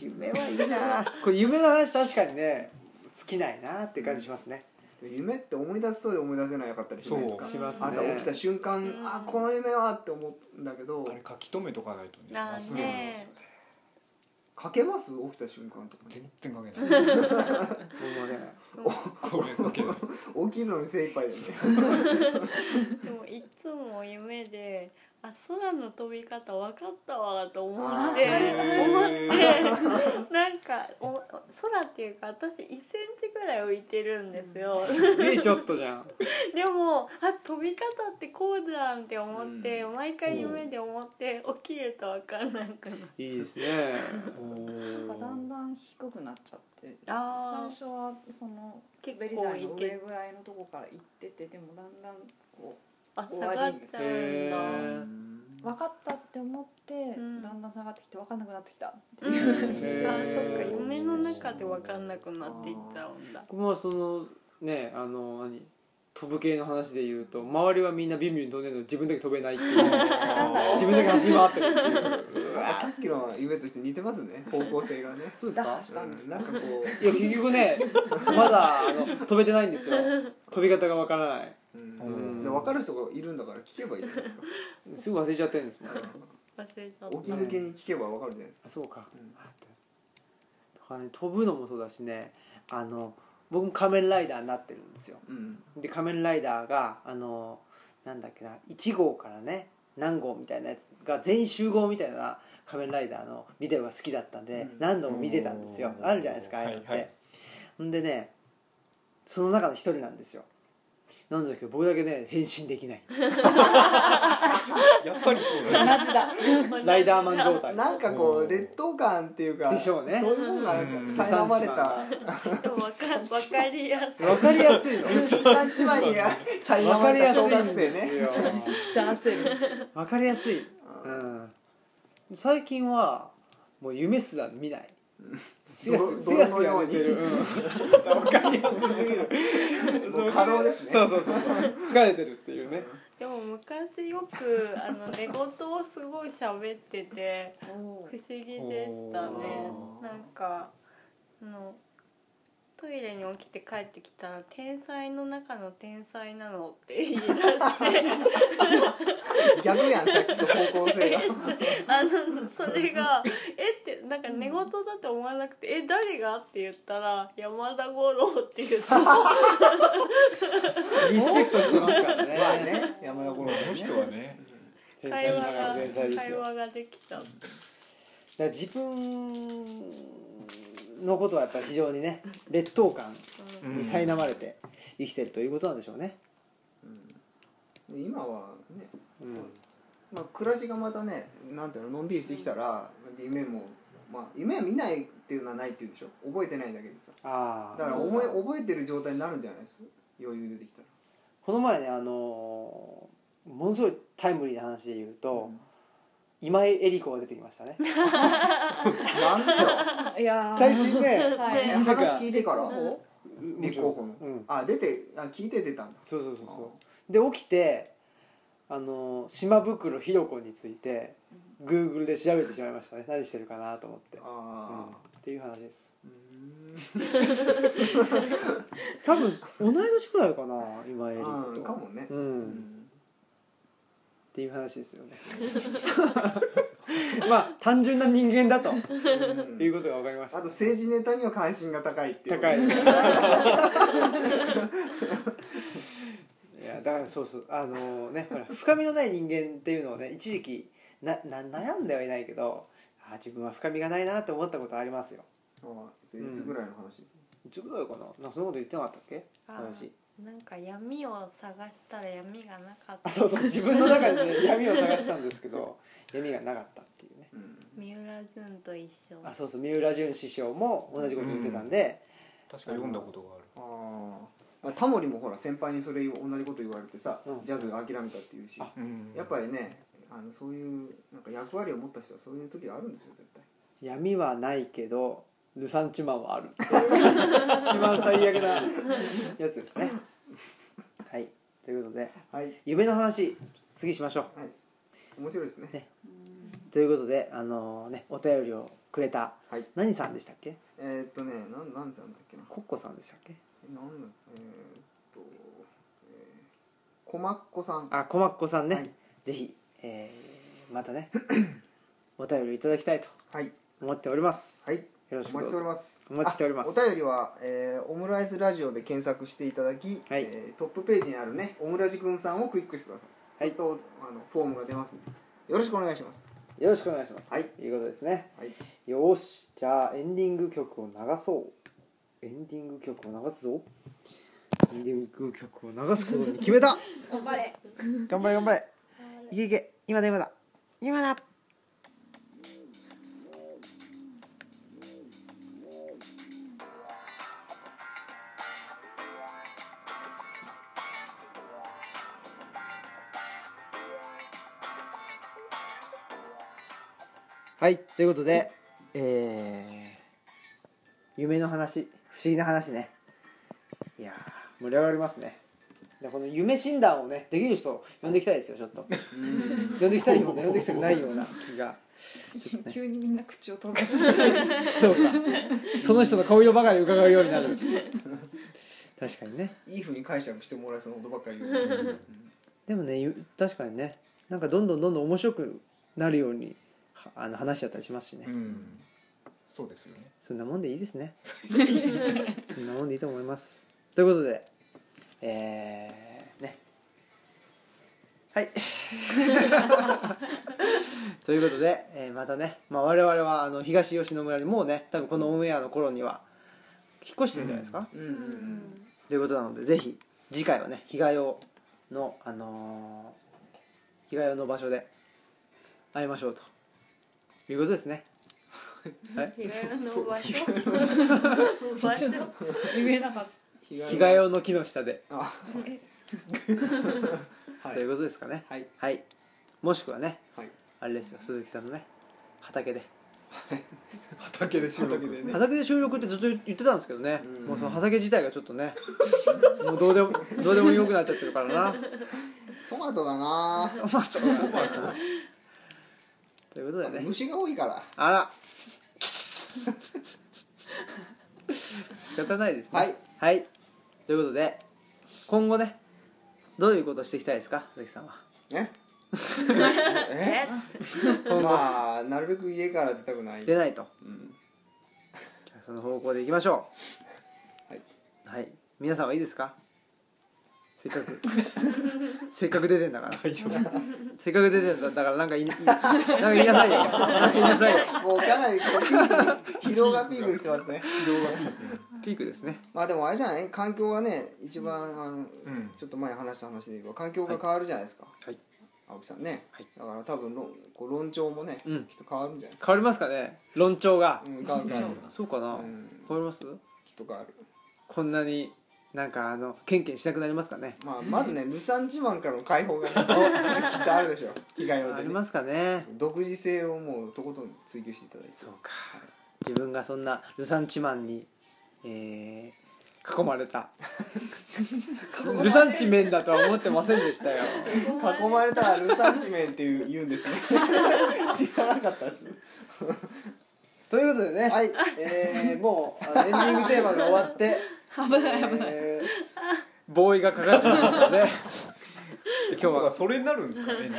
Speaker 2: 夢はいいなこれ夢の話確かにね尽きないなって感じしますね
Speaker 1: 夢って思い出すそうで思い出せなかったりしないですか
Speaker 5: そう
Speaker 2: しますね
Speaker 1: 朝起きた瞬間、
Speaker 5: うん
Speaker 1: あこの夢はって思うんだけど
Speaker 4: あれ書き留めとかないとね
Speaker 5: あー
Speaker 4: 忘れるんですよね
Speaker 1: 書けます起きた瞬間とかね
Speaker 4: 全然書 けない
Speaker 2: 僕もね
Speaker 4: これだけど
Speaker 1: 起きるのに精一杯だよね
Speaker 5: でもいつも夢であ空の飛び方わかったわと思
Speaker 1: あ
Speaker 5: って
Speaker 4: ー
Speaker 5: 思って なんかお空っていうか私1センチぐらい浮いてるんですよ
Speaker 2: すげえちょっとじゃん
Speaker 5: でもあ飛び方ってこうだって思って、毎回夢で思って起きるとわかんなくなる
Speaker 2: いいですね
Speaker 3: なんかだんだん低くなっちゃって
Speaker 5: あ
Speaker 3: 最初はその
Speaker 5: 結
Speaker 3: 滑り
Speaker 5: 構
Speaker 3: 台の
Speaker 5: いけ
Speaker 3: 上ぐらいのとこから行っててでもだんだんこ
Speaker 5: あ下がっちゃうんだ
Speaker 2: へ
Speaker 3: う分かったって思って、
Speaker 5: ん
Speaker 3: だんだん下がってきて分かんなくなってきたって
Speaker 5: うん、あ
Speaker 3: いう、
Speaker 5: そっか夢の中で分かんなくなっていっちゃうんだ
Speaker 2: 僕はそのねあの何飛ぶ系の話で言うと周りはみんなビュンビュン飛んでるのに自分だけ飛べないって いう自分だけ走り回ってるっていうう
Speaker 1: なんか
Speaker 2: わ
Speaker 1: さっきの夢として似てますね方向性がね、
Speaker 2: そうです
Speaker 3: 打
Speaker 2: か
Speaker 3: 破したんです
Speaker 1: うんなんかこ、
Speaker 2: いや結局ねまだあの飛べてないんですよ飛び方がわからないう
Speaker 1: うん
Speaker 2: うん
Speaker 1: で分かる人がいるんだから聞けばいいじゃないですか
Speaker 2: すぐ忘れちゃってるんですもん
Speaker 5: 忘れちゃっ
Speaker 1: 起き抜けに聞けば分かるじゃないです
Speaker 2: あ
Speaker 1: か
Speaker 2: そうか、
Speaker 1: うん
Speaker 2: あってとかね飛ぶのもそうだしねあの僕も仮面ライダーになってるんですよ
Speaker 1: うん
Speaker 2: で仮面ライダーがあのなんだっけな1号からね何号みたいなやつが全員集合みたいな仮面ライダーのビデオが好きだったんで、
Speaker 1: うん
Speaker 2: 何度も見てたんですよ
Speaker 4: おー
Speaker 2: あるじゃないですかああいうのって、
Speaker 4: はいはい
Speaker 2: ほんでねその中の一人なんですよなんだけど僕だけね変身できない
Speaker 4: やっぱりそう だね
Speaker 3: 同じだ
Speaker 5: た
Speaker 2: ライダーマン状 態
Speaker 1: なんかこう劣等感っていうか
Speaker 2: でしょうね
Speaker 1: そういうものが
Speaker 4: うん
Speaker 1: 苛まれた
Speaker 5: でも分か分かりやすい
Speaker 2: わかりやす いの
Speaker 1: 産地前に 才
Speaker 2: わ
Speaker 1: 能
Speaker 2: か
Speaker 1: が
Speaker 2: り
Speaker 1: れ
Speaker 2: や
Speaker 1: た
Speaker 2: すい
Speaker 1: 小学
Speaker 2: ん
Speaker 1: 生
Speaker 2: です
Speaker 1: ね
Speaker 2: よ
Speaker 3: シャーセル
Speaker 2: わかりやすい、うん、最近はもう夢すら見ないすやすすやすや寝てる、うん、分かりやすすぎる
Speaker 1: もう過労ですね
Speaker 2: そうそうそうそう疲れてるっていうね
Speaker 5: でも昔よくあの寝言をすごい喋ってて
Speaker 3: お
Speaker 5: 不思議でしたね
Speaker 1: おー
Speaker 5: なんかあのトイレに起きて帰ってきたら「天才の中の天才なの」って言い出して。
Speaker 1: 逆やんさっきと方向性が
Speaker 5: あのそれ が「えっ?」てなんか寝言だと思わなくて「え誰が?」って言ったら「山田五郎」っ て言って
Speaker 2: リスペクトしてますからね
Speaker 1: まあね山田五郎
Speaker 4: こ
Speaker 1: ね
Speaker 4: の人はね
Speaker 2: 天
Speaker 5: 会
Speaker 2: 才
Speaker 5: 話
Speaker 2: ですよ
Speaker 5: が
Speaker 2: 天才です
Speaker 5: 会
Speaker 2: よだか
Speaker 5: 話ができた
Speaker 2: ら自分のことはやっぱり非常にね劣等感に苛まれて生きてるということなんでしょうね、
Speaker 1: うん今はね、
Speaker 2: うん、
Speaker 1: まあ、暮らしがまたねなんていうののんびりしてきたら夢もまあ夢は見ないっていうのはないっていうでしょ覚えてないだけでさ
Speaker 2: ああ
Speaker 1: だから思い覚えてる状態になるんじゃないです余裕出てきたら
Speaker 2: この前ねあのーものすごいタイムリーな話で言うと、今井絵理子が出てきましたね
Speaker 1: なんでよ
Speaker 3: いやー
Speaker 2: 最近ね
Speaker 3: はい
Speaker 1: ね
Speaker 2: なんか
Speaker 1: 話聞いてから
Speaker 5: うん
Speaker 1: 立候補の、
Speaker 2: うん
Speaker 1: あ出てあ聞いて出たんだ
Speaker 2: そうそうそうそうで起きてあのー島袋ひろ子について Google で調べてしまいましたね何してるかなと思って、うん、っ
Speaker 1: ああ
Speaker 2: ていう話です
Speaker 1: うーん
Speaker 2: 多分同い年くらいかな今井絵理
Speaker 1: あ
Speaker 2: 子
Speaker 1: ー
Speaker 2: と
Speaker 1: かもね
Speaker 2: う、
Speaker 1: うんん
Speaker 2: っていう話ですよね まあ単純な人間だということが分かりまし
Speaker 1: あ
Speaker 2: た
Speaker 1: と政治ネタには関心が高いっていう
Speaker 2: 高いいやだからそうそうあのねほら深みのない人間っていうのをね一時期なな悩んではいないけどあ自分は深みがないなって思ったことありますよ
Speaker 1: あーいつぐらいの話、
Speaker 2: いつぐらいかななんかそんなこと言ってなかったっけ
Speaker 5: あ
Speaker 2: 話
Speaker 5: なんか闇を探したら闇がなか
Speaker 2: あ
Speaker 5: った
Speaker 2: そうそう自分の中でね闇を探したんですけど闇がなかったっていうね
Speaker 1: うん
Speaker 5: 三浦淳と一緒
Speaker 2: あそうそう三浦淳師匠も同じこと言ってたんで、
Speaker 4: 確か読んだことがある
Speaker 1: あータモリもほら先輩にそれ同じこと言われてさ、
Speaker 2: うん
Speaker 1: ジャズ諦めたっていうし
Speaker 2: あ
Speaker 4: うん
Speaker 1: やっぱりねあのそういうなんか役割を持った人はそういう時があるんですよ絶対
Speaker 2: 闇はないけどルサンチマンはあるっていう一番最悪なやつですねはいということで
Speaker 1: はい
Speaker 2: 夢の話次しましょ
Speaker 1: 面白いですね
Speaker 2: ねうということであのねお便りをくれた、
Speaker 1: はい
Speaker 2: 何さんでしたっけ
Speaker 1: えー、っとねなんなんて言うんだっけな
Speaker 2: コッコさんでしたっけ
Speaker 1: なんだえー、っと、えー、小まっこさん
Speaker 2: あこまっこさんね、
Speaker 1: はい
Speaker 2: ぜひ、えーまたねお便りをいただきたいと
Speaker 1: はい
Speaker 2: 思っております、
Speaker 1: はい
Speaker 2: よろし
Speaker 1: お
Speaker 2: くどう
Speaker 1: 待ちしておりま
Speaker 2: ぞ
Speaker 1: す
Speaker 2: お待ちしております
Speaker 1: あお便りは、えーオムライスラジオ」で検索していただき、
Speaker 2: はい
Speaker 1: えートップページにあるねオムラジくんさんをクリックしてください、
Speaker 2: はい
Speaker 1: そうするとあのフォームが出ますんでよろしくお願いします
Speaker 2: よろしくお願いします、
Speaker 1: はい
Speaker 2: ということですね
Speaker 1: はい
Speaker 2: よーしじゃあエンディング曲を流そうエンディング曲を流すぞエンディング曲を流すことに決めた
Speaker 6: 頑張れ
Speaker 2: 頑張れ頑張れいけいけ今だ今だ今だはいということでえー、夢の話不思議な話ねいやー盛り上がりますねでこの夢診断をねできる人を呼んでいきたいですよちょっと呼んでいきたいような呼んでいきたくないような気が
Speaker 6: 急にみんな口を閉ざす
Speaker 2: そうかその人の顔色ばかり伺うようになる確かにね
Speaker 1: いいふうに解釈してもらえそうなことばっかり言う
Speaker 2: でもねゆ確かにねなんかどんどんどんどん面白くなるようにはあの話しちゃったりしますしね、
Speaker 4: うんそうですよね
Speaker 2: そんなもんでいいです ねそんなもんでいいと思いますということでえー、ねはい ということで、えーまたね、まあ、我々はあの東吉野村にもうね多分このオンエアの頃には引っ越してるんじゃないですか、
Speaker 1: うんうんうんうん
Speaker 2: ということなのでぜひ次回はね日替用のあのー、日替用の場所で会いましょうということですねはい
Speaker 5: 日帰りの場所 場
Speaker 6: ち
Speaker 5: 所
Speaker 6: ょっと言えなかっ
Speaker 1: 日
Speaker 2: 日替 用の木の下で、
Speaker 1: あはい
Speaker 2: ということですかね
Speaker 1: はい
Speaker 2: はいもしくはね
Speaker 1: はい
Speaker 2: あれですよ鈴木さんのね畑で
Speaker 4: 畑で収録
Speaker 1: 畑でね
Speaker 2: 畑で収録ってずっと言ってたんですけどね、
Speaker 1: うん
Speaker 2: もうその畑自体がちょっとね もうどうでもどうでもよくなっちゃってるからな
Speaker 1: トマトがな
Speaker 2: まあそうだねということでね
Speaker 1: 虫が多いから
Speaker 2: あら仕方ないですね
Speaker 1: はい、
Speaker 2: はい、ということで今後ねどういうことしていきたいですか鈴木さんは
Speaker 1: ね
Speaker 5: え
Speaker 2: 今後
Speaker 1: まあなるべく家から出たくない
Speaker 2: 出ないと
Speaker 1: うん
Speaker 2: その方向でいきましょう
Speaker 1: はい、
Speaker 2: はい、皆さんはいいですかせっかくせっかく出てんだから
Speaker 4: 大丈夫
Speaker 2: せっかく出てんだからなんか言いなんか言いなさいよなんか言いなさいよ
Speaker 1: もうかなりこうピークに疲労がピークに来てますね
Speaker 2: ピークですね
Speaker 1: まあでもあれじゃない環境がね一番あの
Speaker 4: うん
Speaker 1: ちょっと前話した話で言えば環境が変わるじゃないですか
Speaker 2: はい
Speaker 1: 青木さんね、
Speaker 2: はい
Speaker 1: だから多分論こう論調もね、
Speaker 2: うん
Speaker 1: きっと変わるんじゃないですか、
Speaker 2: 変わりますかね論調が、
Speaker 1: うん、変わる
Speaker 4: 論調が
Speaker 2: そうかな、
Speaker 1: うん
Speaker 2: 変わります
Speaker 1: きっと変わる
Speaker 2: こんなになんかあのケンケンしなくなりますかね
Speaker 1: まあまずね無産自慢からの解 放が、ね、きっとあるでしょう被害を
Speaker 2: あ
Speaker 1: で、
Speaker 2: り
Speaker 1: ね、
Speaker 2: ますかね
Speaker 1: 独自性をもうとことん追求していただいて
Speaker 2: そうか自分がそんなルサンチマンに、えー囲まれ たルサンチメンだとは思ってませんでしたよ
Speaker 1: 囲まれたらルサンチメンっていう言うんですね 知らなかったです
Speaker 2: ということでね、
Speaker 1: はい
Speaker 2: えーもうあのエンディングテーマが終わ って
Speaker 6: 危ない危ない。
Speaker 2: えーボーイがかかっちゃいました ね
Speaker 4: 今
Speaker 2: 日
Speaker 4: 日
Speaker 2: は
Speaker 4: はそれになるんですか ね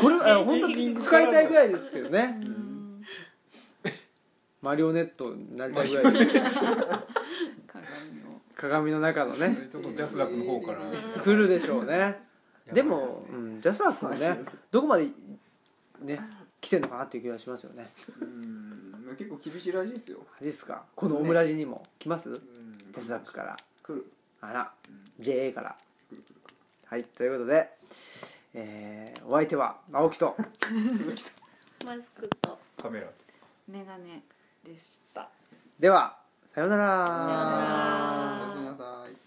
Speaker 2: これあ本当に使いたいぐらいですけどね
Speaker 6: うん
Speaker 2: マリオネットになりたいぐらいです
Speaker 6: 鏡の
Speaker 2: 鏡の中のね
Speaker 4: ちょっとジャスラックの方から
Speaker 2: 来るでしょうねでも、うん、ジャスラックはねどこまでね来てんのかなっていう気がしますよね
Speaker 1: うんまあ結構厳しいらしいですよ
Speaker 2: マジっすかこのオムラジにも来ます、
Speaker 1: うん
Speaker 2: ジャスラックから
Speaker 1: 来る
Speaker 2: あら JA からはいということで、えー、お相手は青木 と
Speaker 5: マスクと
Speaker 4: カメラ
Speaker 6: メガネでした。
Speaker 2: ではさようなら
Speaker 1: おやすみなさい